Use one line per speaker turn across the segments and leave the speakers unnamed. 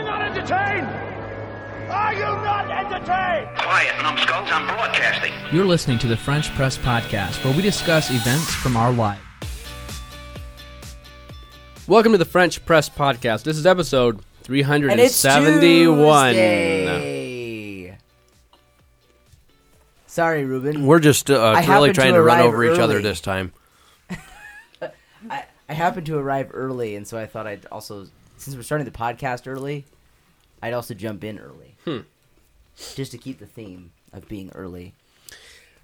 entertained? Are you not entertained?
Quiet, numbskulls, I'm broadcasting.
You're listening to the French Press Podcast, where we discuss events from our life.
Welcome to the French Press Podcast. This is episode
And it's
371.
Tuesday. Sorry, Ruben.
We're just uh,
I
really
happened
trying
to
to, run
arrive
over each other
early.
this time.
I happened to arrive early, and so I thought I'd also, since we're starting the podcast early, I'd also jump in early.
Hmm.
Just to keep the theme of being early.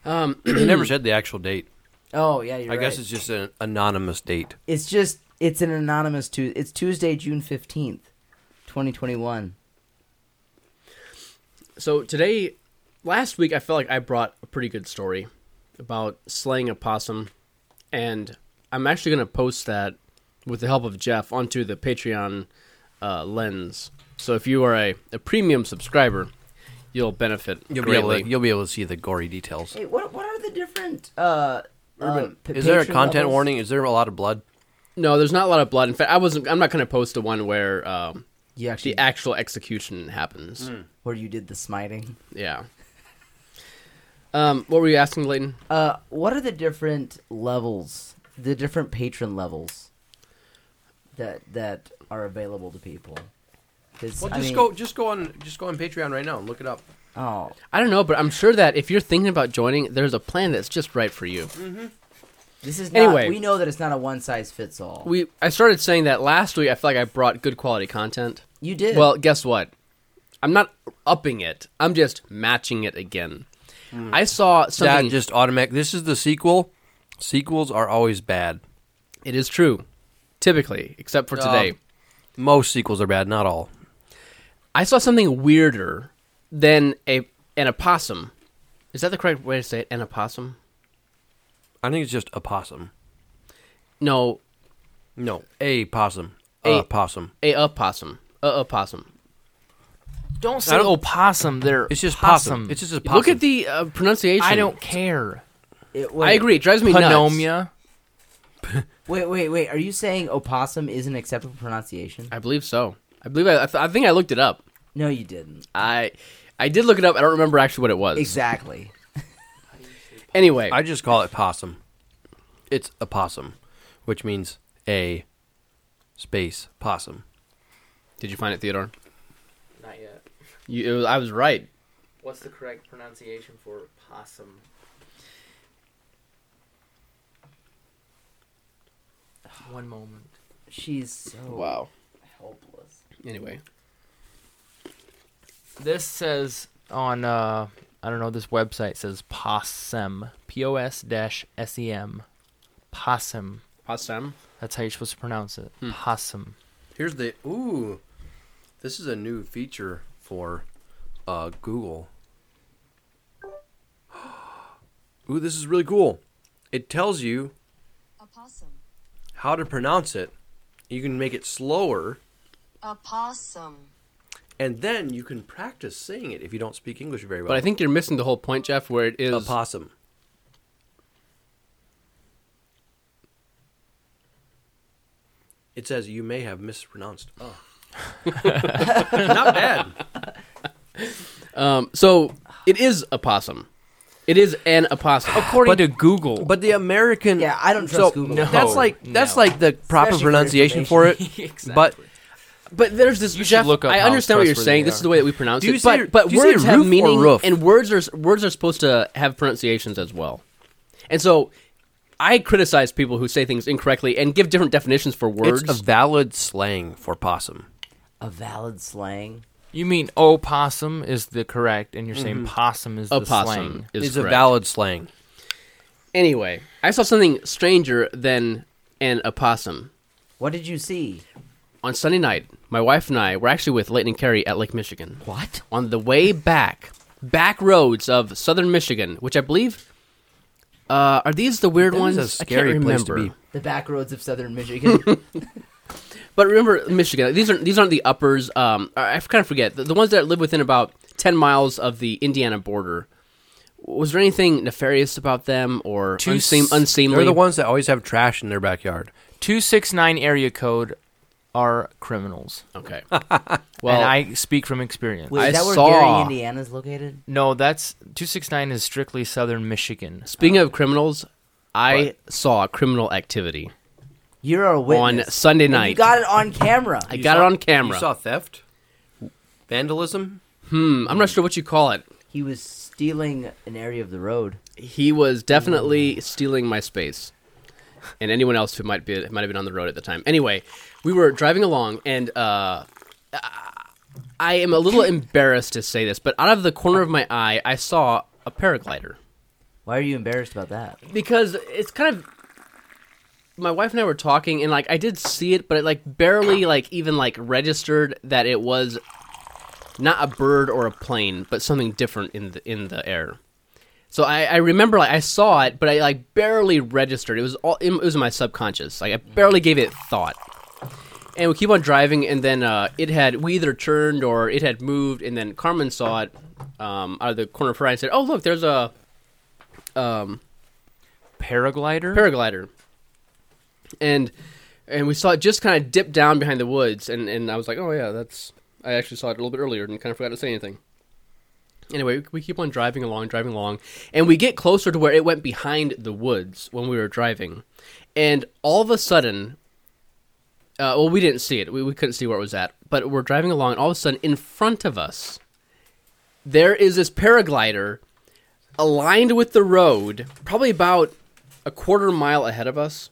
They never said the actual date.
Oh yeah, you're
I guess
right.
it's just an anonymous date.
It's just it's an anonymous Tuesday. It's Tuesday, June fifteenth, twenty twenty one.
So today, last week, I felt like I brought a pretty good story about slaying a possum, and I'm actually going to post that with the help of Jeff onto the Patreon uh, lens. So if you are a, a premium subscriber, you'll benefit
You'll be, able
greatly.
to, you'll be able to see the gory details.
Hey, what what are the different uh, uh pa-
Is there a
patron
content
levels?
warning? Is there a lot of blood?
no, there's not a lot of blood. In fact, I wasn't. I'm not going to post the one where um,
You actually
the actual execution happens.
where you did the smiting.
Yeah. Um, what were you asking, Layton?
Uh, what are the different levels? The different patron levels that that are available to people. 'Cause, I mean-
just go on, just go on Patreon right now and look it up.
Oh,
I don't know, but I'm sure that if you're thinking about joining, there's a plan that's just right for you.
this is not,
Anyway.
We know that it's not a one size fits all.
We I started saying that last week. I feel like I brought good quality content.
you did
Well, guess what? I'm not upping it. I'm just matching it again. I saw
That
something.
just automatic. This is the sequel. Sequels are always bad.
it is true, typically, except for today.
Most sequels are bad, not all.
I saw something weirder than a an opossum. Is that the correct way to say it? An opossum?
I think it's just a possum.
No,
No, a possum.
A-
A, possum.
a opossum. A opossum.
Don't say opossum. They're
It's just possum.
possum.
It's just a possum.
Look at the uh, pronunciation.
I don't care.
It- wait,
I agree. It drives me nuts.
Panomia.
Wait, wait, wait. Are you saying opossum is an acceptable pronunciation?
I believe so. I believe I. I, th- I think I looked it up.
No, you didn't.
I. I did look it up. I don't remember actually what it was.
Exactly.
Anyway,
I just call it possum. It's a possum, which means a space possum.
did you find it, Theodore?
Not yet.
You, it was, I was right.
What's the correct pronunciation for possum? One moment.
She's so
Wow.
helpless.
Anyway,
This says on uh I don't know this website says possum. P O S dash S E M. Possum.
possum.
That's how you're supposed to pronounce it. Possum.
Here's the ooh. This is a new feature for uh, Google. Ooh, this is really cool. It tells you
Opossum.
how to pronounce it. You can make it slower,
Opossum.
and then you can practice saying it if you don't speak English very well.
But I think you're missing the whole point, Jeff. Where it is
a possum. It says you may have mispronounced. Oh. Not bad.
Um, so it is a possum. It is an opossum.
According to Google.
But the American,
Yeah, I don't
so
trust Google.
no.
that's like that's
No.
like the proper
Especially for
pronunciation for it. But
But there's this.
You should
Jeff,
look up
I
how
understand what you're
trustworthy
saying.
they
This is
are.
the way that we pronounce
Do you
it.
say-
but but
do you say
words have
roof or
meaning,
roof?
and words are words are supposed to have pronunciations as well. And so, I criticize people who say things incorrectly and give different definitions for words.
it's a valid slang for possum.
A valid slang.
You mean opossum is the correct, and you're saying possum is the
opossum
slang.
is
it's a
correct.
valid slang.
Anyway, I saw something stranger than an opossum
What did you see?
on Sunday night. My wife and I were actually with Leighton and Carey at Lake Michigan.
What?
on the way back, back roads of southern Michigan, which I believe uh, are these the weird
That
ones?
is
I
a scary
can't
place
remember.
to be.
The back roads of southern Michigan.
But remember, Michigan. These are these aren't the uppers. Um, I I kind of forget the, the ones that live within about ten miles of the Indiana border. Was there anything nefarious about them or
Two
unseem-
s-
unseemly?
They're the ones that always have trash in their backyard.
Two six nine area code are criminals.
Okay.
Well,
Well,
and I speak from experience.
Wait, is
I
that where
saw-
Gary, Indiana's located?
no, that's 269 is strictly southern Michigan.
speaking of criminals, I saw criminal activity.
You're a witness.
Sunday
And You
night.
got it on camera.
I got it on camera.
You saw theft, vandalism.
Hmm, I'm not sure what you call it.
He was stealing an area of the road.
He was definitely stealing my space, and anyone else who might be might have been on the road at the time. Anyway, we were driving along, and uh, I am a little embarrassed to say this, but out of the corner of my eye, I saw a paraglider.
Why are you embarrassed about that?
because it's kind of my wife and I were talking and like I did see it but it like barely like even like registered that it was not a bird or a plane but something different in the in the air. So I, I remember like I saw it but I like barely registered. It was all it was in my subconscious. Like I barely gave it thought. And we keep on driving and then uh, it had we either turned or it had moved and then Carmen saw it um, out of the corner of her eye and said, "Oh look, there's a
Paraglider?
paraglider. And and we saw it just kind of dip down behind the woods, and, and I was like, oh yeah, that's. I actually saw it a little bit earlier and kind of forgot to say anything. Anyway, we keep on driving along, driving along, and we get closer to where it went behind the woods when we were driving, and all of a sudden, uh, well, we didn't see it, we, we couldn't see where it was at, but we're driving along, and all of a sudden, in front of us, there is this paraglider aligned with the road, probably about a quarter mile ahead of us,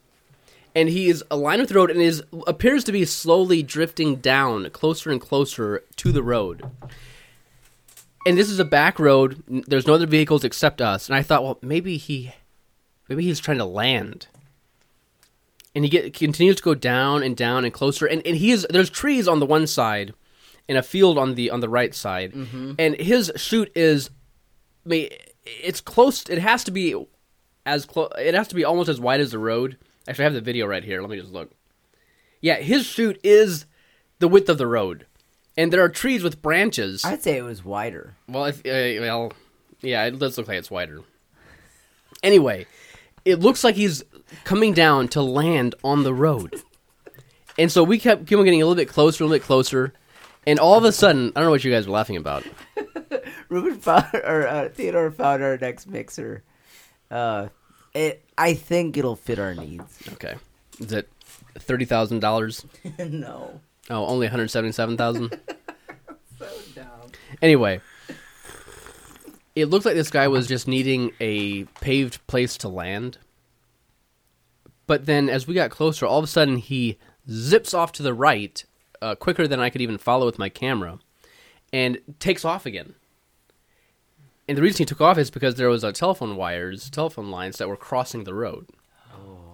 and he is aligned with the road and is appears to be slowly drifting down closer and closer to the road. And this is a back road. n- There's no other vehicles except us. And I thought, well, maybe he, maybe he's trying to land. And he get, continues to go down and down and closer. And, and he is there's trees on the one side, and a field on the on the right side. And his chute is I mean, it's close. It has to be as close. It has to be almost as wide as the road. Actually, I have the video right here. Let me just look. Yeah, his chute is the width of the road, and there are trees with branches.
I'd say it was wider.
Well, if uh, well, yeah, it does look like it's wider. Anyway, it looks like he's coming down to land on the road, and so we kept kept on getting a little bit closer, a little bit closer, and all of a sudden, I don't know what you guys were laughing about.
Ruben found or uh, Theodore found our next mixer. Uh, it, I think it'll fit our needs.
Okay, is it thirty thousand dollars?
no,
Oh, only 177,000. so dumb. Anyway, it looked like this guy was just needing a paved place to land. But then as we got closer, all of a sudden he zips off to the right uh, quicker than I could even follow with my camera and takes off again. And the reason he took off is because there was uh, telephone wires, telephone lines that were crossing the road.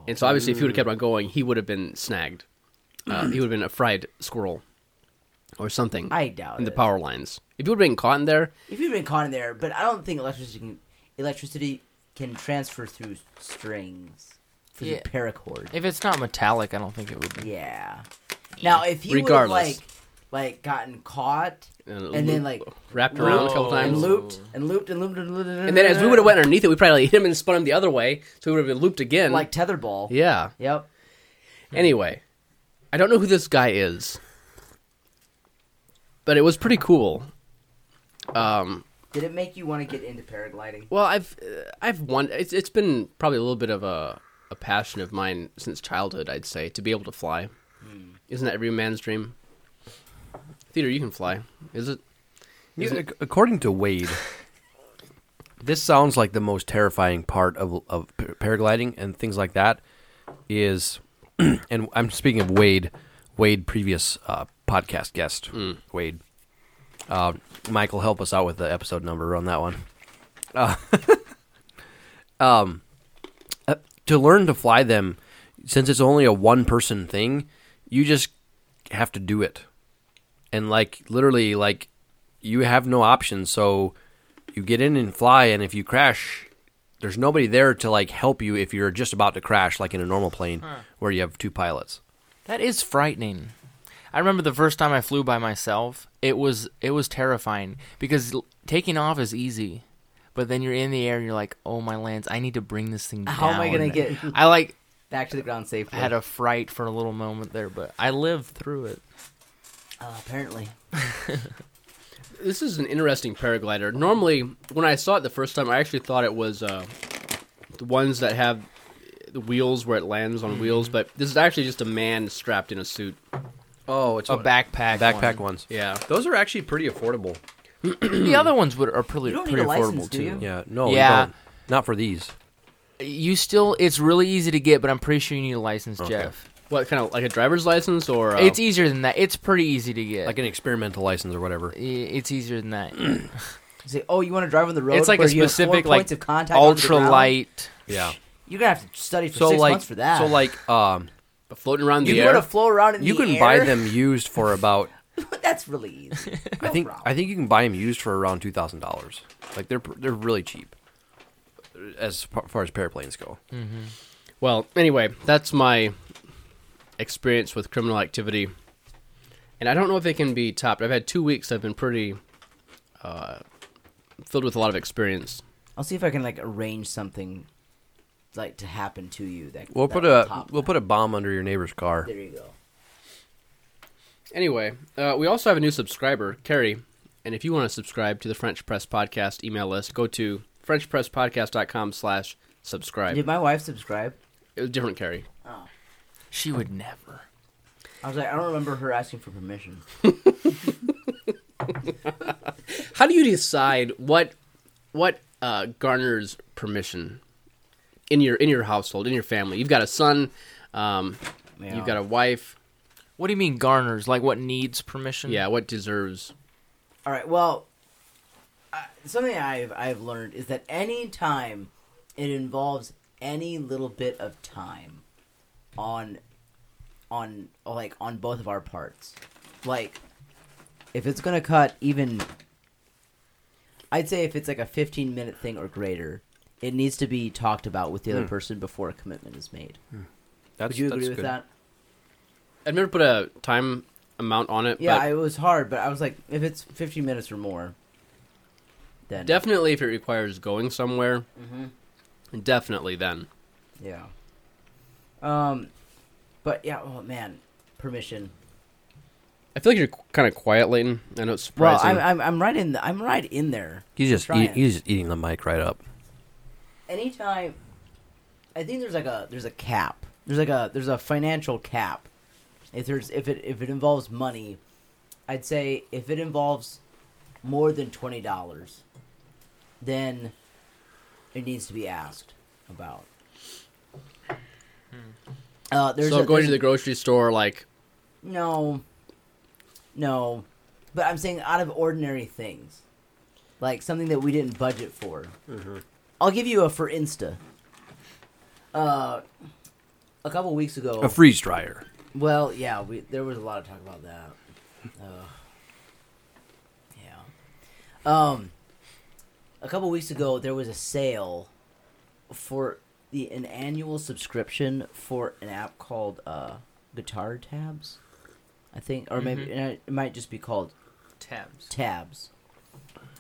And so obviously if he would have kept on going, he would have been snagged uh, he would have been a fried squirrel or something
I doubt
in the
it.
power lines. If you would have been caught in there,
if you've been caught in there, but I don't think electricity can, electricity can transfer through strings through
Yeah.
the paracord.
If it's not metallic, I don't think it would be.
Yeah. Now, if you would have
Regardless.
like like gotten caught
And
and,
it
then
loop-
like
wrapped around a couple
and
times.
looped and looped and looped and looped,
and then as we would have went underneath it, we probably hit him and spun him the other way, so he would have been looped again.
like Hmm. tetherball.
yeah.
Yep.
Anyway, I don't know who this guy is, but it was pretty cool. Um,
Did it make you want to get into paragliding?
Well, I've uh, I've won. It's it's been probably a little bit of a a passion of mine since childhood. I'd say to be able to fly,
Hmm.
isn't that every man's dream? Theater, you can fly. Is it?
Yeah, ac- according to Wade, this sounds like the most terrifying part of, of par- paragliding and things like that is, and I'm speaking of Wade, Wade, previous uh, podcast guest,
Hmm.
Wade. Uh, Michael, help us out with the episode number on that one. Uh, um, uh, to learn to fly them, since it's only a one person thing, you just have to do it and like literally like you have no option so you get in and fly and if you crash there's nobody there to like help you if you're just about to crash like in a normal plane where you have two pilots
That is frightening. I remember the first time I flew by myself. It was it was terrifying because l- taking off is easy, but then you're in the air and you're like, "Oh my lands, I need to bring this thing
How am I
down."
gonna get-
I like
back to the ground
I
safely.
had a fright for a little moment there, but I lived through it.
Uh, apparently,
This is an interesting paraglider. Normally, when I saw it the first time, I actually thought it was uh, the ones that have the wheels where it lands on wheels, but this is actually just a man strapped in a suit.
Oh, it's
A backpack.
backpack
one.
ones.
Yeah.
Those are actually pretty affordable.
the
Hmm.
other ones would, are pretty,
You don't need
pretty
a
affordable
license, do
too.
you?
Yeah. No.
Yeah.
Yeah. Not for these.
You still, it's really easy to get, but I'm pretty sure you need a license, Jeff.
What kind of like a driver's license or uh,
It's e- easier than that. It's pretty easy to get.
Oh. Like an experimental license or whatever.
I- it's easier than that.
You say, "Oh, you want to drive on the road?"
it's like
where
a
you have
specific
four
like
points of contact on the ground?
ultralight.
Yeah.
You're gonna have to study for
So
six
like
months for that.
so like um
floating around the
you
air?
want to flow around in
you
the
can buy
air?
them used for about
That's really easy.
I think
problem.
I think you can buy them used for around two thousand dollars. Like they're they're really cheap as pa- far as paraplanes go.
Well, anyway, that's my experience with criminal activity, and I don't know if it can be topped. I've had two weeks. I've been pretty uh, filled with a lot of experience.
I'll see if I can like arrange something like to happen to you. That
We'll
that
put
will
a
top
we'll
that.
put a bomb under your neighbor's car.
There you go.
Anyway, uh, we also have a new subscriber, Carrie. And if you want to subscribe to the French Press Podcast email list, go to frenchpresspodcast.com slash
Did
subscribe.
my wife subscribe?
It was different Carrie.
She would never.
I was like, I don't remember her asking for permission.
How do you decide what what uh, garners permission in your in your household, in your family? You've got a son, um,
Yeah.
you've got a wife.
What do you mean garners? Like what needs permission?
Yeah, what deserves?
All right. Well, uh, something I've I've learned is that any time it involves any little bit of time on on like on both of our parts, like if it's gonna cut even, I'd say if it's like a fifteen minute thing or greater, it needs to be talked about with the other person before a commitment is made.
Hmm. That's,
Would you agree
that's
with
good.
that?
I've never put a time amount on it.
Yeah,
but
it was hard, but I was like, if it's fifteen minutes or more, then
definitely if it requires going somewhere,
Mm-hmm.
definitely then.
Yeah. Um, but yeah, oh man, permission.
I feel like you're kind of quiet, Layton. I know it's
Well,
surprising.
I'm, I'm I'm right in the, I'm right in there.
He's just
Try
eat,
it.
he's just eating the mic right up.
Anytime, I think there's like a there's a cap. There's like a there's a financial cap. If there's if it if it involves money, I'd say if it involves more than twenty dollars, then it needs to be asked about. Uh, there's
Hmm. so
a,
going
there's
to the
a-
grocery store, like
No. No. But I'm saying out of ordinary things. Like something that we didn't budget for. I'll give you a for Insta. Uh, a couple weeks ago.
A freeze dryer.
well, yeah, we there was a lot of talk about that. Uh, yeah. Um, a couple weeks ago, there was a sale for the an annual subscription for an app called uh, Guitar Tabs, I think, or maybe and it might just be called
Tabs.
tabs.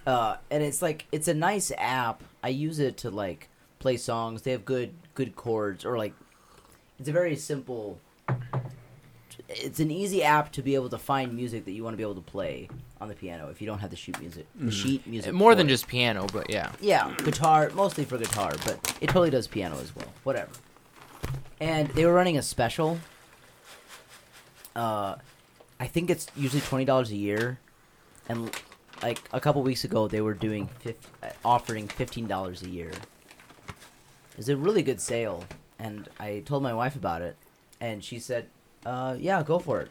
Uh, and it's like it's a nice app. I use it to like play songs. They have good good chords or like it's a very simple. It's an easy app to be able to find music that you want to be able to play on the piano if you don't have the sheet music. Sheet music
Mm-hmm. More
for
than
it.
just piano, but yeah.
Yeah, guitar, mostly for guitar, but it totally does piano as well. Whatever. And they were running a special. Uh, I think it's usually twenty dollars a year, and like a couple weeks ago, they were doing fif- uh, offering fifteen dollars a year. It's a really good sale, and I told my wife about it, and she said, uh, "Yeah, go for it."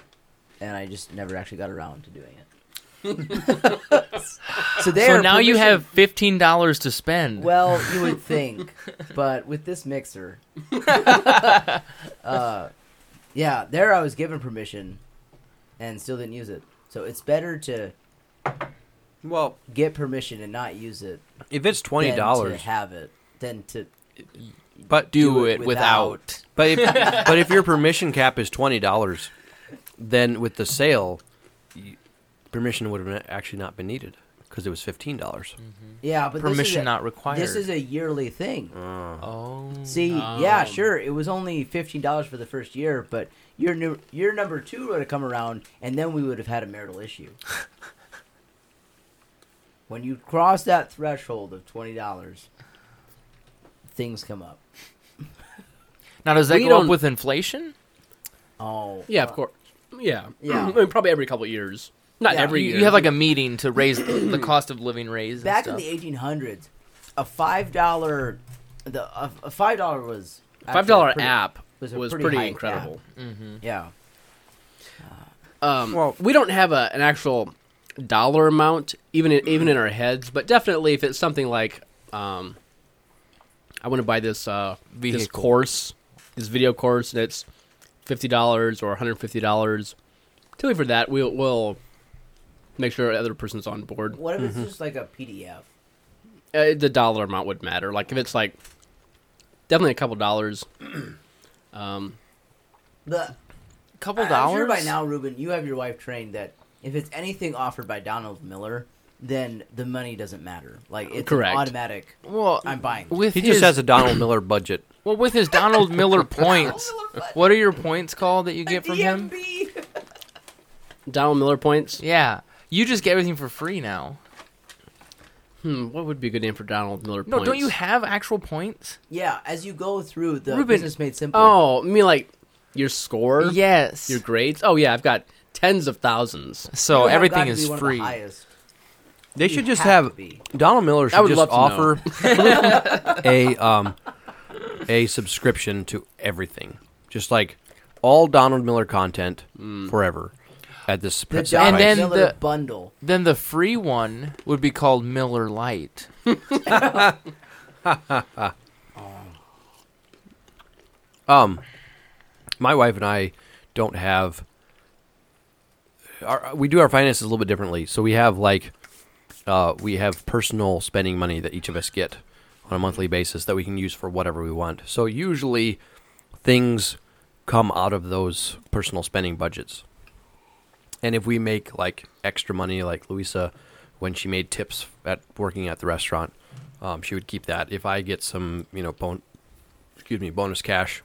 And I just never actually got around to doing it. so there.
So now you
permission-
have fifteen dollars to spend.
well, you would think, but with this mixer, uh, yeah, there I was given permission, and still didn't use it. So it's better to
Well,
get permission and not use it
if it's twenty
than to
dollars,
have it than to
but
do, it without.
But if, but if your permission cap is twenty dollars, then with the sale, you, permission would have actually not been needed because it was fifteen dollars.
Yeah, but this is
Permission
a-
not required.
This is a yearly thing.
oh.
See, yeah, sure, it was only fifteen dollars for the first year, but year new, year number two would have come around, and then we would have had a marital issue. when you cross that threshold of twenty dollars, things come up.
Now does that
We
go up
don't-
with inflation?
Oh,
Yeah, of course. Yeah,
Yeah.
uh, I mean, probably every couple of years,
Uh,
not
Yeah.
every
You,
year.
you have like a meeting to raise the cost of living raise. and
back in
stuff.
the eighteen hundreds, a five dollar, the a, a five dollar was actually
five dollar
pretty-
app
was
was,
a pretty
pretty,
high-
incredible. Mm-hmm.
Yeah,
Um, we don't have a, an actual dollar amount, even in, even in our heads, but definitely if it's something like, um, I want to buy this uh, this
Vehicle.
course, this video course, and it's fifty dollars or one hundred fifty dollars. Typically for that, we'll we'll make sure the other person's on board.
what if it's just like a PDF?
Uh, the dollar amount would matter. Like if it's like definitely a couple dollars. Um,
The
couple
I-
dollars
I'm sure by now, Ruben, you have your wife trained that if it's anything offered by Donald Miller, then the money doesn't matter. Like it's an
Correct.
automatic.
Well,
I'm buying.
With
He
his,
just has a Donald Miller budget.
well with his Donald Miller points. what are your points called that you get from him?
DMB.
Donald Miller points.
Yeah, you just get everything for free now.
Hmm, what would be a good name for Donald Miller
No,
points?
don't you have actual points?
Yeah, as you go through the
Ruben-
business made simple.
Oh, I mean like your score,
Yes.
your grades. Oh yeah, I've got tens of thousands.
You
so
have
everything
gotta be
is
one of the
free.
highest.
They should just
have
have
to be.
Donald Miller
I
should
would
just
love to
offer a um a subscription to everything, just like all Donald Miller content
Mm.
forever at this
The
price.
Donald
And then
Miller
the-
bundle.
Then the free one would be called Miller Light.
Um, my wife and I don't have. Our, we do our finances a little bit differently, so we have like, uh, we have personal spending money that each of us get on a monthly basis that we can use for whatever we want. So usually, things come out of those personal spending budgets. And if we make like extra money, like Louisa, when she made tips at working at the restaurant, um, she would keep that. If I get some, you know, bon- excuse me, bonus cash,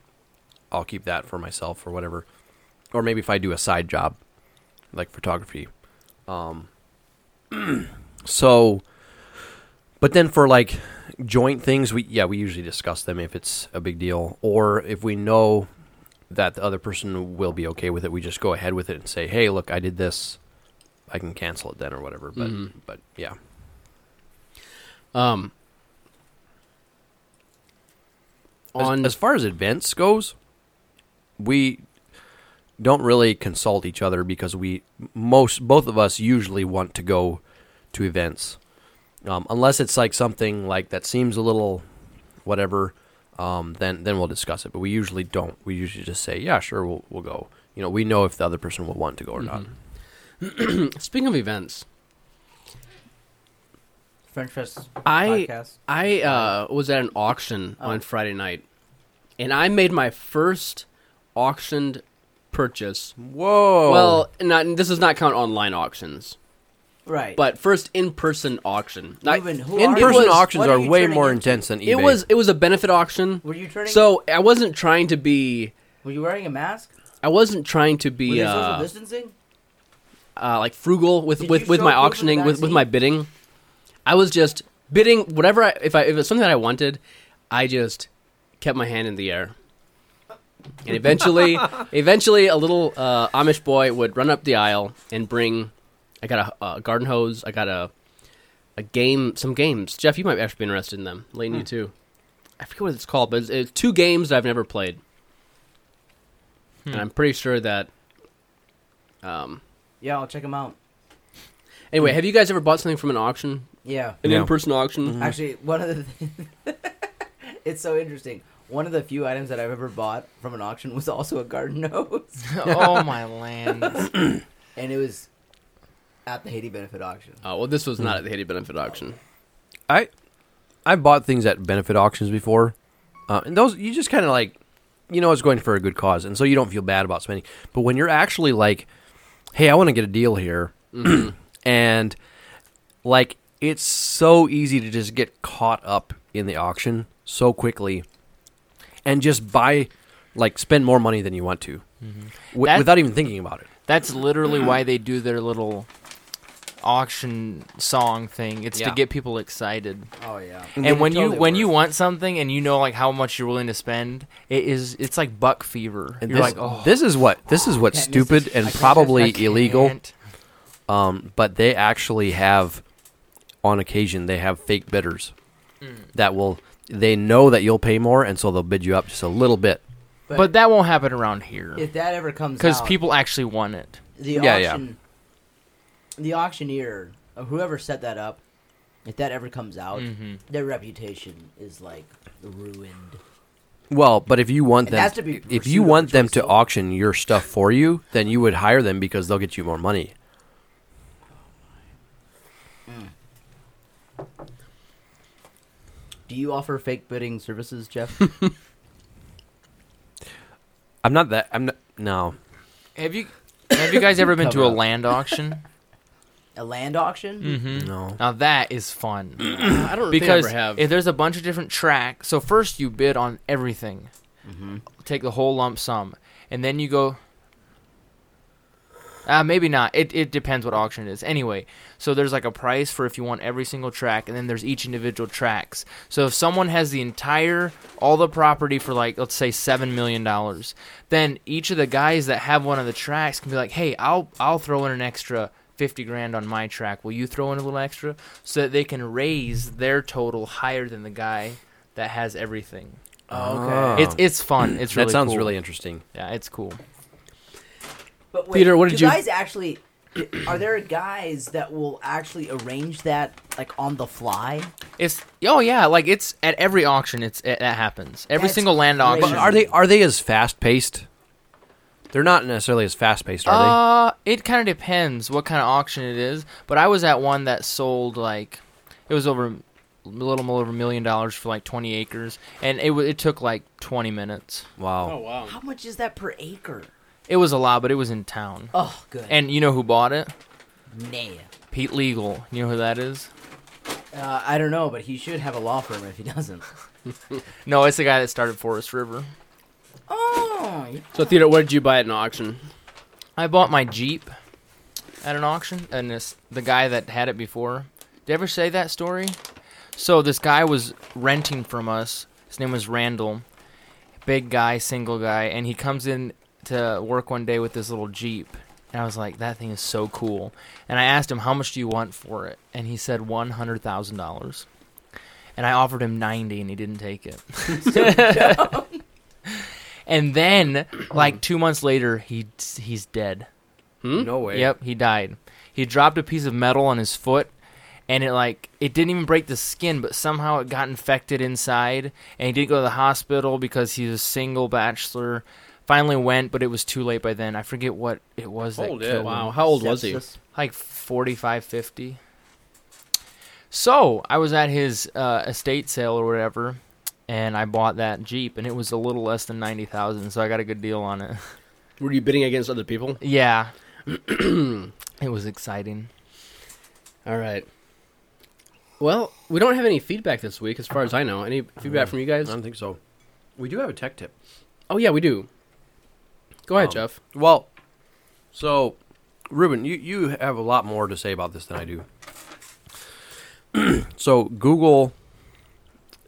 I'll keep that for myself or whatever. Or maybe if I do a side job, like photography. Um, so, but then for like joint things, we yeah we usually discuss them if it's a big deal or if we know that the other person will be okay with it, we just go ahead with it and say, hey, look, I did this, I can cancel it then or whatever. But but yeah,
Mm-hmm. Um,
As-
on
as, far as events goes, we don't really consult each other because we most both of us usually want to go to events, um, unless it's like something like that seems a little whatever. Um, then then we'll discuss it, but we usually don't. We usually just say, yeah, sure, we'll we'll go. You know, we know if the other person will want to go or not.
speaking of events,
French Fest
I
podcast.
I uh, was at an auction
Oh.
on Friday night, and I made my first auctioned purchase.
Whoa!
Well, not this does not count online auctions,
Right.
but first in person auction. I-
Ruben, who
it
are you?
in-person
was-
auctions
what
are,
are you
way
turning
more
into?
intense than eBay.
It was it was a benefit auction.
Were you turning-
So I wasn't trying to be.
were you wearing a mask?
I wasn't trying to
Were
be
you social
uh,
distancing?
uh, like frugal with
Did you
with, with
show
my
proof of
auctioning with, with
vaccine?
my bidding. I was just bidding whatever I if I if it was something that I wanted, I just kept my hand in the air. And eventually, eventually, a little uh, Amish boy would run up the aisle and bring. I got a, a garden hose. I got a a game, some games. Jeff, you might actually be interested in them. Lane,
Hmm.
you too. I forget what it's called, but it's, it's two games that I've never played,
Hmm.
and I'm pretty sure that. Um.
Yeah, I'll check them out. Hmm.
Anyway, have you guys ever bought something from an auction
Yeah.
an
No.
in-person
Mm-hmm.
auction.
Actually, one of the things, it's so interesting. One of the few items that I've ever bought from an auction was also a garden hose,
oh my land.
and it was at the Haiti benefit auction.
Oh well, this was not at the Haiti benefit auction.
I I bought things at benefit auctions before, uh, and those you just kind of like you know it's going for a good cause, and so you don't feel bad about spending. But when you're
Mm-hmm.
actually like, hey, I want to get a deal here, and like it's so easy to just get caught up in the auction so quickly and just buy like spend more money than you want to wi-
Mm-hmm. That-
without even thinking about it
That's literally why they do their little auction song thing. It's
Yeah.
to get people excited.
Oh yeah.
they
and when
can
you
tell they
when
were.
you want something and you know like how much you're willing to spend, it is it's like buck fever.
and
you're
this,
like, oh,
this is what this is what's
can't miss
stupid
this.
and
I can't miss- I
probably
can't.
illegal um, but they actually have on occasion they have fake bidders that will they know that you'll pay more and so they'll bid you up just a little bit
But, that won't happen around here
If that ever comes out,
because people actually want it.
the
Yeah, yeah.
auction, the auctioneer, or whoever set that up, if that ever comes out, their reputation is like ruined.
well but if you want
It
them
has to be
if
pursued
you want them to
until-
auction your stuff for you then you would hire them because they'll get you more money
Do you offer fake bidding services, Jeff?
i'm not that i'm not no
Have you have you guys ever been to
Cover
a
up.
land auction?
A land auction?
no
Now that is fun.
I don't
because
think I ever have.
if there's a bunch of different tracks, so first you bid on everything,
Mm-hmm.
take the whole lump sum, and then you go. Uh, maybe not. It it depends what auction it is. Anyway, so there's like a price for if you want every single track, and then there's each individual tracks. So if someone has the entire all the property for like let's say seven million dollars, then each of the guys that have one of the tracks can be like, hey, I'll I'll throw in an extra fifty grand on my track. Will you throw in a little extra so that they can raise their total higher than the guy that has everything?
Okay.
It's it's fun. It's really
that sounds
cool.
really interesting
yeah, it's cool.
But wait,
Peter, what did
do
you-
guys actually? Are there guys that will actually arrange that like on the fly?
It's oh yeah, like it's at every auction. It's it, that happens every
That's
single land
crazy.
auction.
But are they are they as fast paced? They're not necessarily as fast paced, are
Uh, it kind of depends what kind of auction it is. But I was at one that sold like it was over a little more over a million dollars for like 20 acres, and it wa- it took like 20 minutes.
they? Oh, Wow.
wow.
How much is that per acre?
It was a lot, but it was in town.
Oh, good.
And you know who bought it?
nay.
Pete Legal. You know who that is?
Uh, I don't know, but he should have a law firm if he doesn't.
No, it's the guy that started Forest River.
Oh, yeah.
So Theodore, what did you buy at an auction?
I bought my Jeep at an auction, and this, the guy that had it before. Did I ever say that story? So this guy was renting from us. His name was Randall, big guy, single guy, and he comes in to work one day with this little Jeep. And I was like, that thing is so cool. And I asked him, how much do you want for it? And he said one hundred thousand dollars. And I offered him ninety, and he didn't take it. and then, like two months later, he he's dead.
No way.
Yep, he died. He dropped a piece of metal on his foot, and it like it didn't even break the skin, but somehow it got infected inside, and he didn't go to the hospital because he was a single bachelor. Finally went, but it was too late by then. I forget what it was that killed him.
Wow. How old was he?
Sepsis.
Like 45, 50. So I was at his uh, estate sale or whatever, and I bought that Jeep, and it was a little less than ninety thousand, so I got a good deal on it.
Were you bidding against other people?
yeah, it was exciting.
All right. Well, we don't have any feedback this week, as far as I know. Any feedback from you
I
guys?
don't think so. We do have a tech tip.
Oh yeah, we do. Go ahead,
Um,
Jeff.
Well, so Ruben, you you have a lot more to say about this than I do. so Google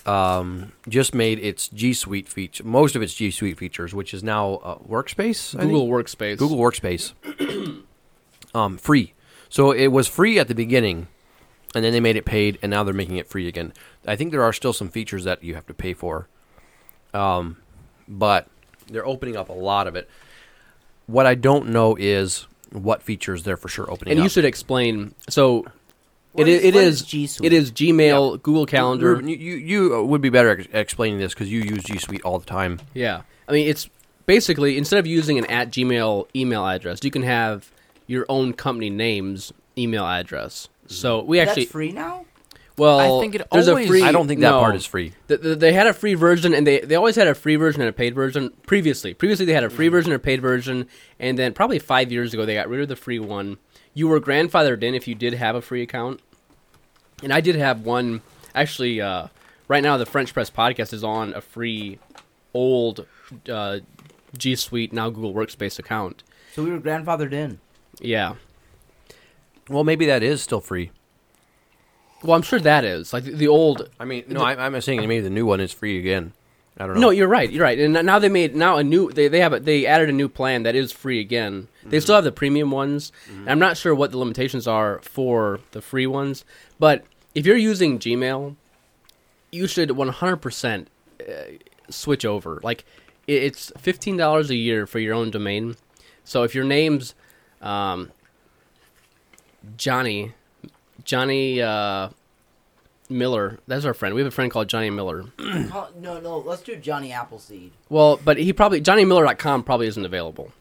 um, just made its G Suite feature, most of its G Suite features, which is now uh, Workspace. I think?
Google Workspace.
Google Workspace. um, free. So it was free at the beginning, and then they made it paid, and now they're making it free again. I think there are still some features that you have to pay for, um, but they're opening up a lot of it. What I don't know is what features they're for sure opening
And
up.
you should explain. So, it
is-
is, it
what
is
is G Suite?
it is Gmail, Google Calendar.
Ruben, you, you you would be better at explaining this because you use G Suite all the time.
Yeah. I mean, it's basically instead of using an at Gmail email address, you can have your own company name's email address. So we actually,
That's free now.
well,
I think it
there's
always-
a free.
I don't think that
no.
part is free.
Th- th- They had a free version, and they, they always had a free version and a paid version. Previously, previously they had a free
Mm.
version or paid version, and then probably five years ago they got rid of the free one. You were grandfathered in if you did have a free account, And I did have one actually. Uh, right now, the French Press podcast is on a free old uh, G Suite now Google Workspace account.
So we were grandfathered in.
Yeah.
Well, maybe that is still free.
Well, I'm sure that is like the, the old.
I mean, no, I, I'm saying maybe the new one is free again. I don't know.
No, you're right. You're right. And now they made now a new. They they have a, they added a new plan that is free again. They still have the premium ones. And I'm not sure what the limitations are for the free ones, but if you're using Gmail, you should 100% uh, switch over. Like i- it's $15 a year for your own domain. So if your name's um, Johnny Johnny uh, Miller, that's our friend. We have a friend called Johnny Miller.
Oh, no, no, let's do Johnny Appleseed.
Well, but he probably johnnymiller.com probably isn't available.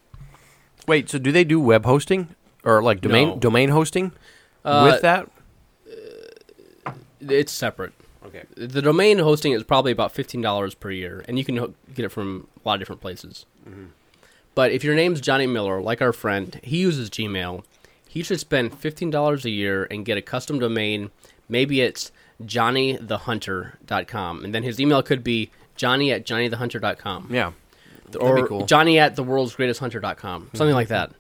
Wait, so do they do web hosting or like domain
No.
domain hosting
Uh,
with that?
It's separate.
Okay.
The domain hosting is probably about fifteen dollars per year, and you can ho- get it from a lot of different places. But if your name's Johnny Miller, like our friend, he uses Gmail. He should spend fifteen dollars a year and get a custom domain. Maybe it's johnnythehunter.com, and then his email could be johnny at johnnythehunter.com.
Yeah.
or
That'd be cool.
Johnny at the world's greatest hunter.com, something like that.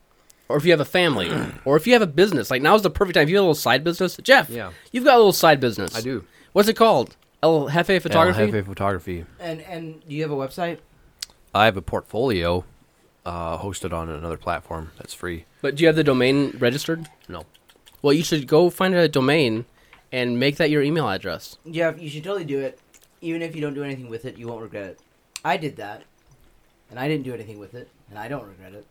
Or if you have a family, or if you have a business, like now's the perfect time. If you have a little side business, Jeff,
Yeah.
you've got a little side business.
I do.
What's it called? El Jefe Photography?
El Jefe photography.
And and do you have a website?
I have a portfolio uh, hosted on another platform that's free.
But do you have the domain registered?
No.
Well, you should go find a domain and make that your email address.
Yeah, you should totally do it. Even if you don't do anything with it, you won't regret it. I did that, and I didn't do anything with it, and I don't regret it.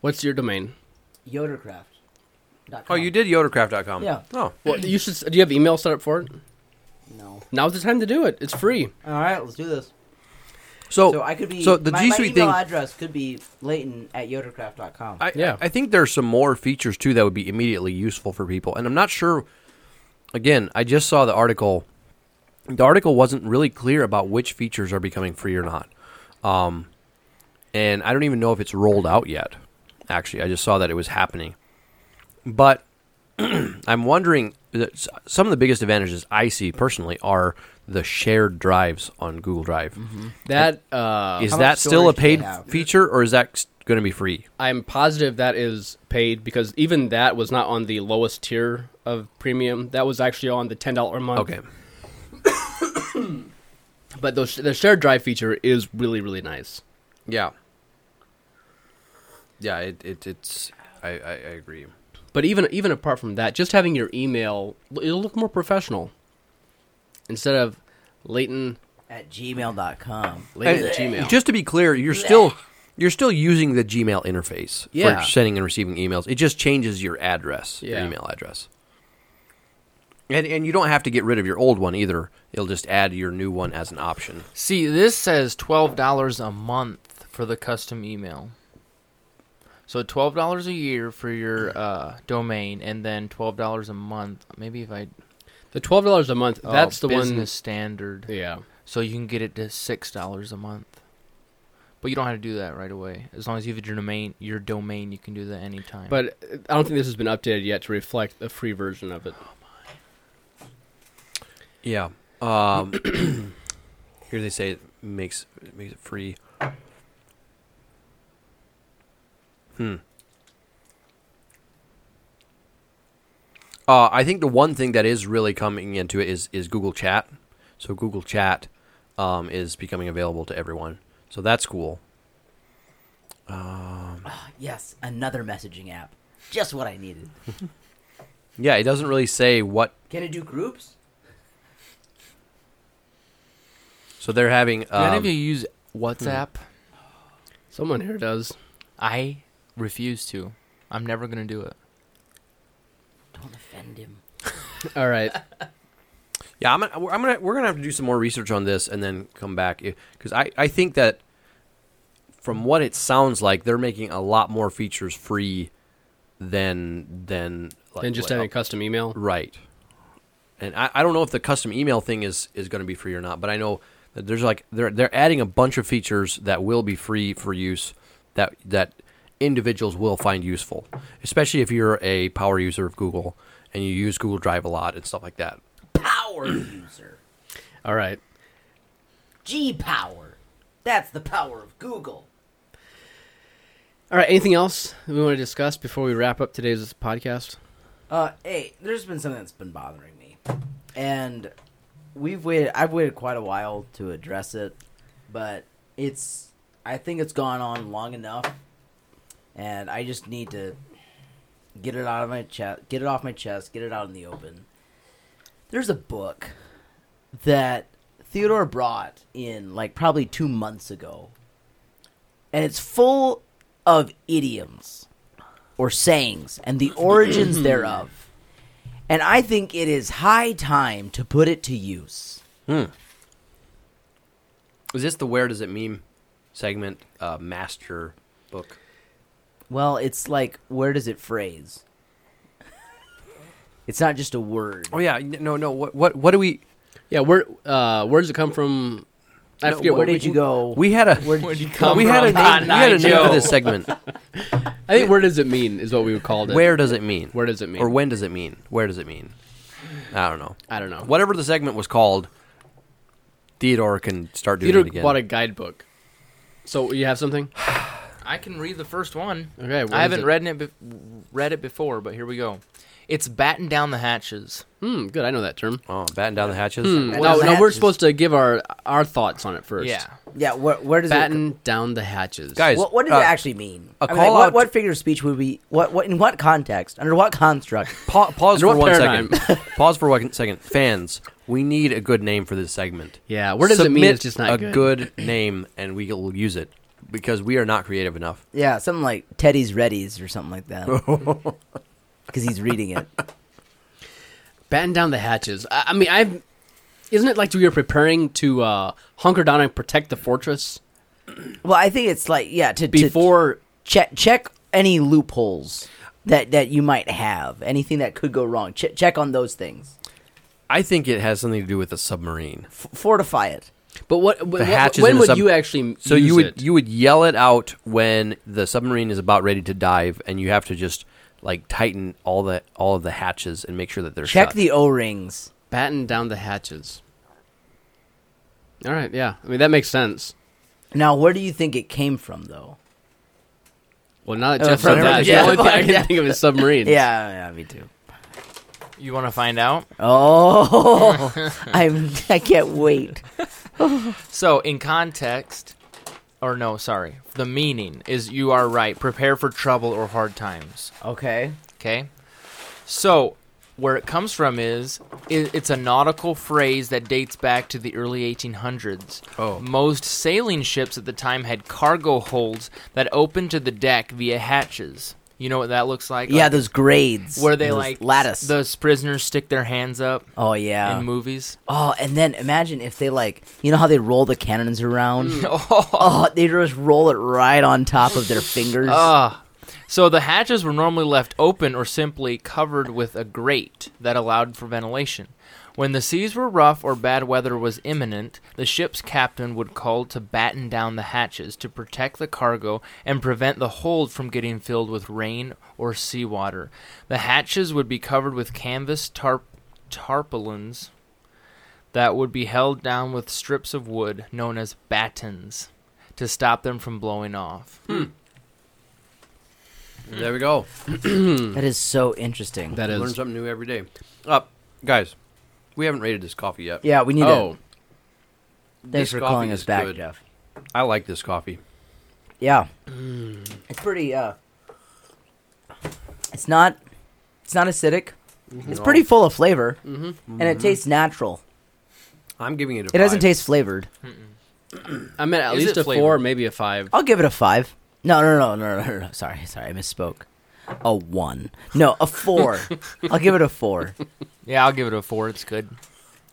What's your domain?
Yodercraft.
Oh, you did yodercraft.com.
Yeah.
Oh.
Well, you should. Do you have email set up for it?
No.
Now's the time to do it. It's free.
All right, let's do this.
So,
So I could be.
Oh, So the
my,
G
my
Suite
email
thing.
address could be Leighton at yodercraft.com.
I,
Yeah.
I think there's some more features too that would be immediately useful for people. And I'm not sure again, I just saw the article. The article wasn't really clear about which features are becoming free or not. Um, and I don't even know if it's rolled out yet. Actually, I just saw that it was happening. But I'm wondering that s- some of the biggest advantages I see personally are the shared drives on Google Drive.
That uh,
Mm-hmm.
Is
How
that
much
still a
storage do they
paid
have?
feature or is that going to be free?
I'm positive that is paid because even that was not on the lowest tier of premium. That was actually on the ten dollar a month.
Okay.
but those, the shared drive feature is really really nice.
Yeah. Yeah, it, it it's I, I, I agree.
But even even apart from that, just having your email, it'll look more professional instead of Leighton
At gmail.com.
Leighton Gmail.
uh, Just to be clear, you're still you're still using the Gmail interface
Yeah.
for sending and receiving emails. It just changes your address, your
Yeah.
email address. And and you don't have to get rid of your old one either. It'll just add your new one as an option.
See, this says twelve dollars a month for the custom email. So twelve dollars a year for your uh, domain, and then twelve dollars a month. Maybe if I
the twelve dollars a month.
oh,
that's the
business
one.
standard.
Yeah.
So you can get it to six dollars a month. But you don't have to do that right away. As long as you have your domain, your domain, you can do that anytime.
But I don't think this has been updated yet to reflect the free version of it.
Yeah. Um, here they say it makes it makes it free. Hmm. Hmm. Uh, I think the one thing that is really coming into it is is Google Chat. So Google Chat um, is becoming available to everyone. So that's cool.
Yes, another messaging app. Just what I needed.
Yeah, it doesn't really say what.
Can it do groups?
So they're having.
do any
Um,
of you use WhatsApp?
Someone here does.
hmm. I refuse to. I'm never gonna do it.
Don't offend him.
All right.
Yeah, I'm gonna, we're- I'm gonna we're gonna have to do some more research on this and then come back because I I think that from what it sounds like they're making a lot more features free than than like,
Then just
like-
having a custom email.
right. And I, I don't know if the custom email thing is is going to be free or not, but I know that there's like they're they're adding a bunch of features that will be free for use that that individuals will find useful, especially if you're a power user of Google and you use Google Drive a lot and stuff like that.
Power user.
All right.
G power. That's the power of Google.
All right. Anything else we want to discuss before we wrap up today's podcast?
Uh, hey, there's been something that's been bothering me, and we've waited. I've waited quite a while to address it, but it's. I think it's gone on long enough, and I just need to get it out of my chest. Get it off my chest. Get it out in the open. There's a book that Theodore brought in, like probably two months ago, and it's full of idioms or sayings and the origins thereof. And I think it is high time to put it to use.
Is this the where does it meme segment uh, master book?
Well, it's like where does it phrase? it's not just a word.
Oh yeah, n- no, no. What what what do we?
Yeah. Where uh, Where does it come from? I
No,
forget
Where
what
did
we-
you go?
We had a
Where did you
come
we had a name,
from?
we had a name for
Nigel.
this segment.
I think where does it mean is what we would call it.
Where does it mean?
Where does it mean?
Or when does it mean? Where does it mean? I don't know.
I don't know.
Whatever the segment was called, Theodore can start doing
Peter
it again.
bought a guidebook. So you have something?
I can read the first one.
Okay, what
I haven't
is it?
read it be- read it before, but here we go. It's batten down the hatches.
Hmm. Good. I know that term.
oh, batten down the hatches.
No,
Batten down the
no, we're
hatches.
supposed to give our our thoughts on it first.
Yeah,
Yeah, where, where does it?
Batten down the hatches,
Guys,
What, what does
uh,
it actually mean? I
a
mean, like,
call
what,
out-
what figure of speech would we? What, what in what context? Under what construct?
Pa- pause
Under
for
what
one
paradigm?
second. pause for one second. Fans, we need a good name for this segment.
Yeah, where does it mean
Submit
it's just not
a
good?
name, and we will use it because we are not creative enough.
yeah, something like Teddy's Ready's or something like that. Because he's reading it.
Batten down the hatches. I, I mean, I've. Isn't it like we are preparing to uh, hunker down and protect the fortress
Well, I think it's like yeah to to-
before?
check check any loopholes that that you might have anything that could go wrong Che check on those things
I think it has something to do with a submarine.
F- fortify it
But what? what
hatches
when
in the
would
sub-
you actually?
So
use
you would
it?
you would yell it out when the submarine is about ready to dive, and you have to just like tighten all the all of the hatches and make sure that they're
check
shut.
the o-rings
batten down the hatches. All right. Yeah. I mean that makes sense.
now where do you think it came from though
Well, now that
Oh,
Uh,
Jeff
from
said that,
yeah.
the only thing I can think of is submarines.
yeah yeah me too
you want to find out?
oh i'm i can't wait
So, in context, or no, sorry, the meaning is you are right. Prepare for trouble or hard times.
okay
Okay. So, where it comes from is i it's a nautical phrase that dates back to the early 1800s.
Oh.
Most sailing ships at the time had cargo holds that opened to the deck via hatches. You know what that looks like?
yeah
Like,
those grades
where they
those
like
lattice
Those prisoners stick their hands up
oh yeah
in movies.
oh and then imagine if they like you know how they roll the cannons around oh they just roll it right on top of their fingers
Ah. So the hatches were normally left open or simply covered with a grate that allowed for ventilation. When the seas were rough or bad weather was imminent, the ship's captain would call to batten down the hatches to protect the cargo and prevent the hold from getting filled with rain or seawater. The hatches would be covered with canvas tarp tarpaulins that would be held down with strips of wood known as battens to stop them from blowing off.
there we go.
that is so interesting
That
Learn
is.
something new every day. Up, guys. We haven't rated this coffee yet.
Yeah, we need
Oh,
to. Thanks
this
for
coffee
calling us
is
back,
good.
Jeff.
I like this coffee.
Yeah,
Mm.
it's pretty. uh It's not. It's not acidic.
Mm-hmm.
It's pretty full of flavor, and it tastes natural.
I'm giving it a
It doesn't
Mm-hmm. five.
taste flavored.
I'm at, at
Is
least
it
a four,
flavored?
maybe a five.
I'll give it a five. No, no, no, no, no, no. no. Sorry, sorry, I misspoke. A one. No, a four. I'll give it a four.
Yeah, I'll give it a four. It's good.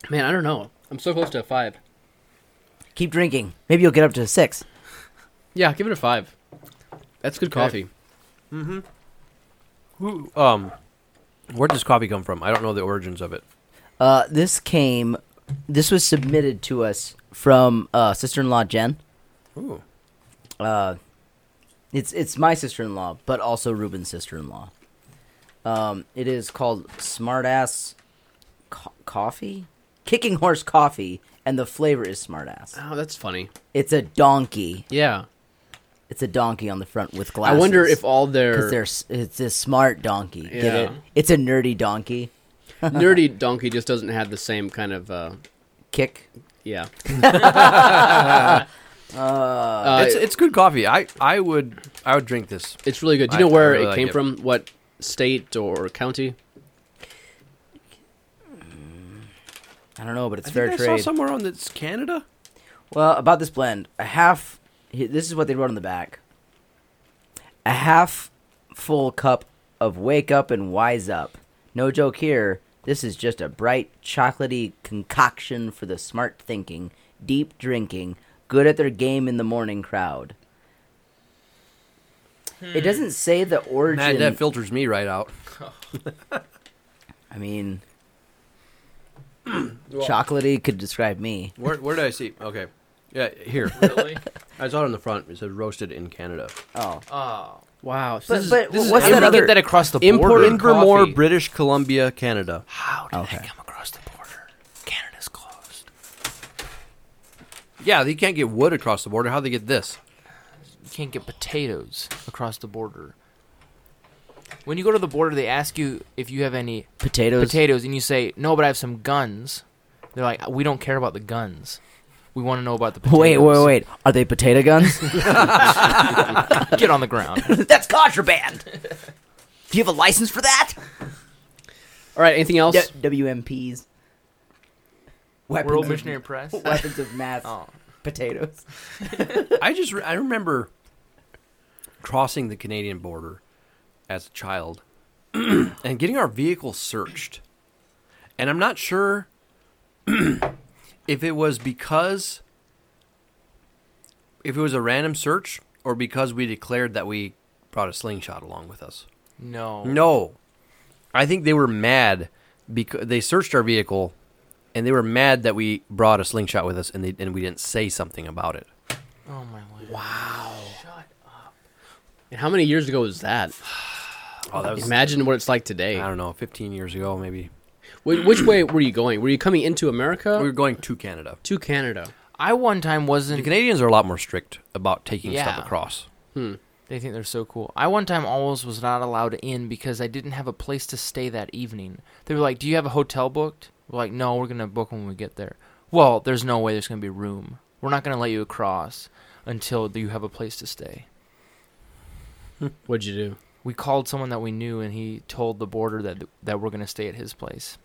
Man, I don't know. I'm so close to a five.
Keep drinking. Maybe you'll get up to a six.
Yeah, give it a five. That's good coffee.
Who, um, where does coffee come from? I don't know the origins of it.
Uh, this came. This was submitted to us from uh, sister-in-law Jen.
Ooh.
uh, it's it's my sister in law, but also Ruben's sister in law. Um, it is called Smartass Co- Coffee, Kicking Horse Coffee, and the flavor is Smartass.
Oh, that's funny.
It's a donkey.
Yeah.
It's a donkey on the front with
I
glasses.
wonder if all their
because they're s- it's a smart donkey. Get it?
Yeah.
It's a nerdy donkey.
nerdy donkey just doesn't have the same kind of uh,
Kick.
yeah.
Uh, it's it's good coffee. I, I would I would drink this.
Uh, It's really good. Do you
I-
know
I
where
really
it
like
came
it.
from? What state or county?
I don't know, but it's fair trade.
somewhere on this Canada.
Well, about this blend, a half. he- This is what they wrote on the back. A half full cup of wake up and wise up. No joke here. This is just a bright, chocolatey concoction for the smart thinking, deep drinking, good at their game in the morning crowd. It
Hmm.
doesn't say the origin.
That, that filters me right out.
I mean, chocolatey could describe me.
Where where did I see? Okay, yeah, here.
Really?
I saw it on the front. It said roasted in Canada.
Oh,
oh.
Wow.
but, but
Uh, this is
what's
How
that
did they
other?
get that across the border?
Import Invermore,
Coffee.
British Columbia, Canada.
How did
Okay.
that come across the border? Canada's closed.
Yeah, they can't get wood across the border. How'd they get this?
You can't get potatoes across the border. When you go to the border, they ask you if you have any
potatoes.
potatoes, and you say no, but I have some guns. They're like, we don't care about the guns. We want to know about the potatoes.
Wait, wait, wait. Are they potato guns?
Get on the ground.
That's contraband. Do you have a license for that?
All right. Anything else?
WMPs. Weapons
World
of-
Missionary Press.
Weapons of mass
Oh.
potatoes.
I just re- I remember crossing the Canadian border as a child and getting our vehicle searched. And I'm not sure if it was because if it was a random search or because we declared that we brought a slingshot along with us.
No.
No. I think they were mad because they searched our vehicle and they were mad that we brought a slingshot with us and they and we didn't say something about it.
Oh my lord.
And How many years ago was that?
Oh, that was
Imagine what it's like today.
I don't know, 15 years ago, maybe.
Wh- Which way were you going? Were you coming into America
We were going to Canada.
to Canada?
I one time wasn't.
The Canadians are a lot more strict about taking
Yeah.
stuff across.
They think they're so cool. I one time almost was not allowed in because I didn't have a place to stay that evening. They were like, "Do you have a hotel booked?" We're like, "No, we're gonna book when we get there." Well, there's no way there's gonna be room. We're not gonna let you across until you have a place to stay.
What'd you do?
We called someone that we knew, and he told the border that that we're gonna stay at his place.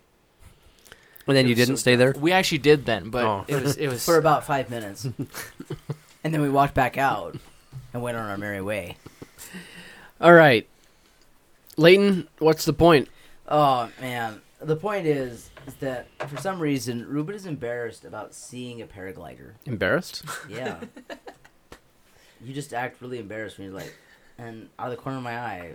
And then you didn't stay there?
We actually did then, but
Oh.
it was it was
For about five minutes. and then we walked back out and went on our merry way.
All right, Leighton. What's the point?
Oh, man. The point is, is that for some reason, Ruben is embarrassed about seeing a paraglider.
Embarrassed?
Yeah. you just act really embarrassed when you're like, and out of the corner of my eye,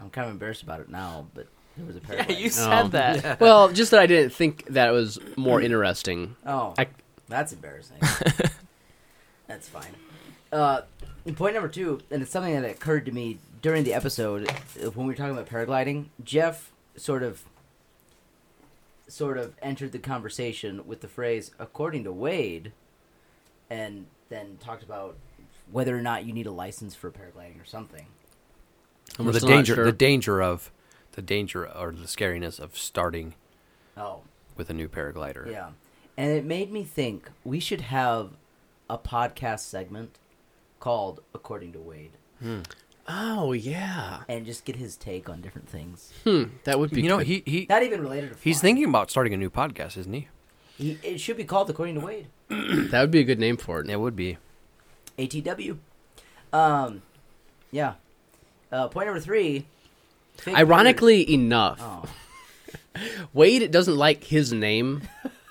I'm kind of embarrassed about it now, but there was a paraglider.
said that. Um, Well, just that I didn't think that was more interesting.
Oh,
I-
that's embarrassing. that's fine. Uh, point number two, and it's something that occurred to me during the episode uh, when we were talking about paragliding. Jeff sort of, sort of entered the conversation with the phrase "according to Wade," and then talked about whether or not you need a license for paragliding or something.
I'm
Or the
still not
danger,
sure.
the danger of, the danger or the scariness of starting
Oh,
with a new paraglider.
Yeah. And it made me think we should have a podcast segment called According to Wade
Oh yeah,
and just get his take on different things.
that would be.
You know,
good.
he, he
Not even related to
he's
flying.
thinking about starting a new podcast, isn't he?
He, it should be called According to Wade.
that would be a good name for it.
It would be.
ATW. Um, yeah. Uh, point number three. fake
Ironically enough,
Oh.
Wade doesn't like his name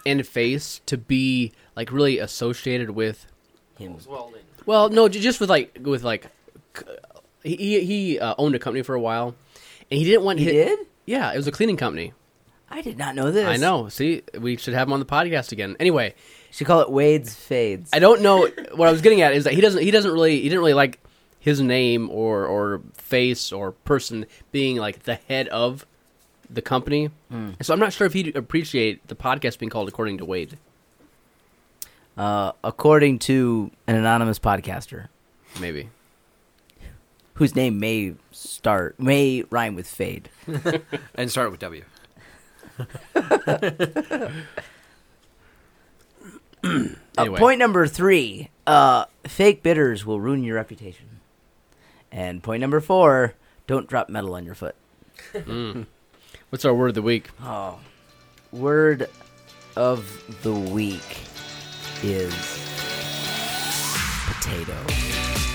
and face to be like really associated with
beard. Him.
Well, no, ju- just with like with like c- he he- he uh, owned a company for a while, and he didn't want
He
hi-
did?
Yeah, it was a cleaning company.
I did not know this.
I know. See, we should have him on the podcast again. Anyway,
Should call it Wade's Fades.
I don't know what I was getting at is that he doesn't he doesn't really he didn't really like his name or or face or person being like the head of the company. So I'm not sure if he'd appreciate the podcast being called According to Wade.
Uh, according to an anonymous podcaster
Maybe.
whose name may start may rhyme with fade.
and start with W.
Uh,
Anyway.
point number three: uh, fake bitters will ruin your reputation. And point number four: don't drop metal on your foot.
What's our word of the week?
Word of the week is potato.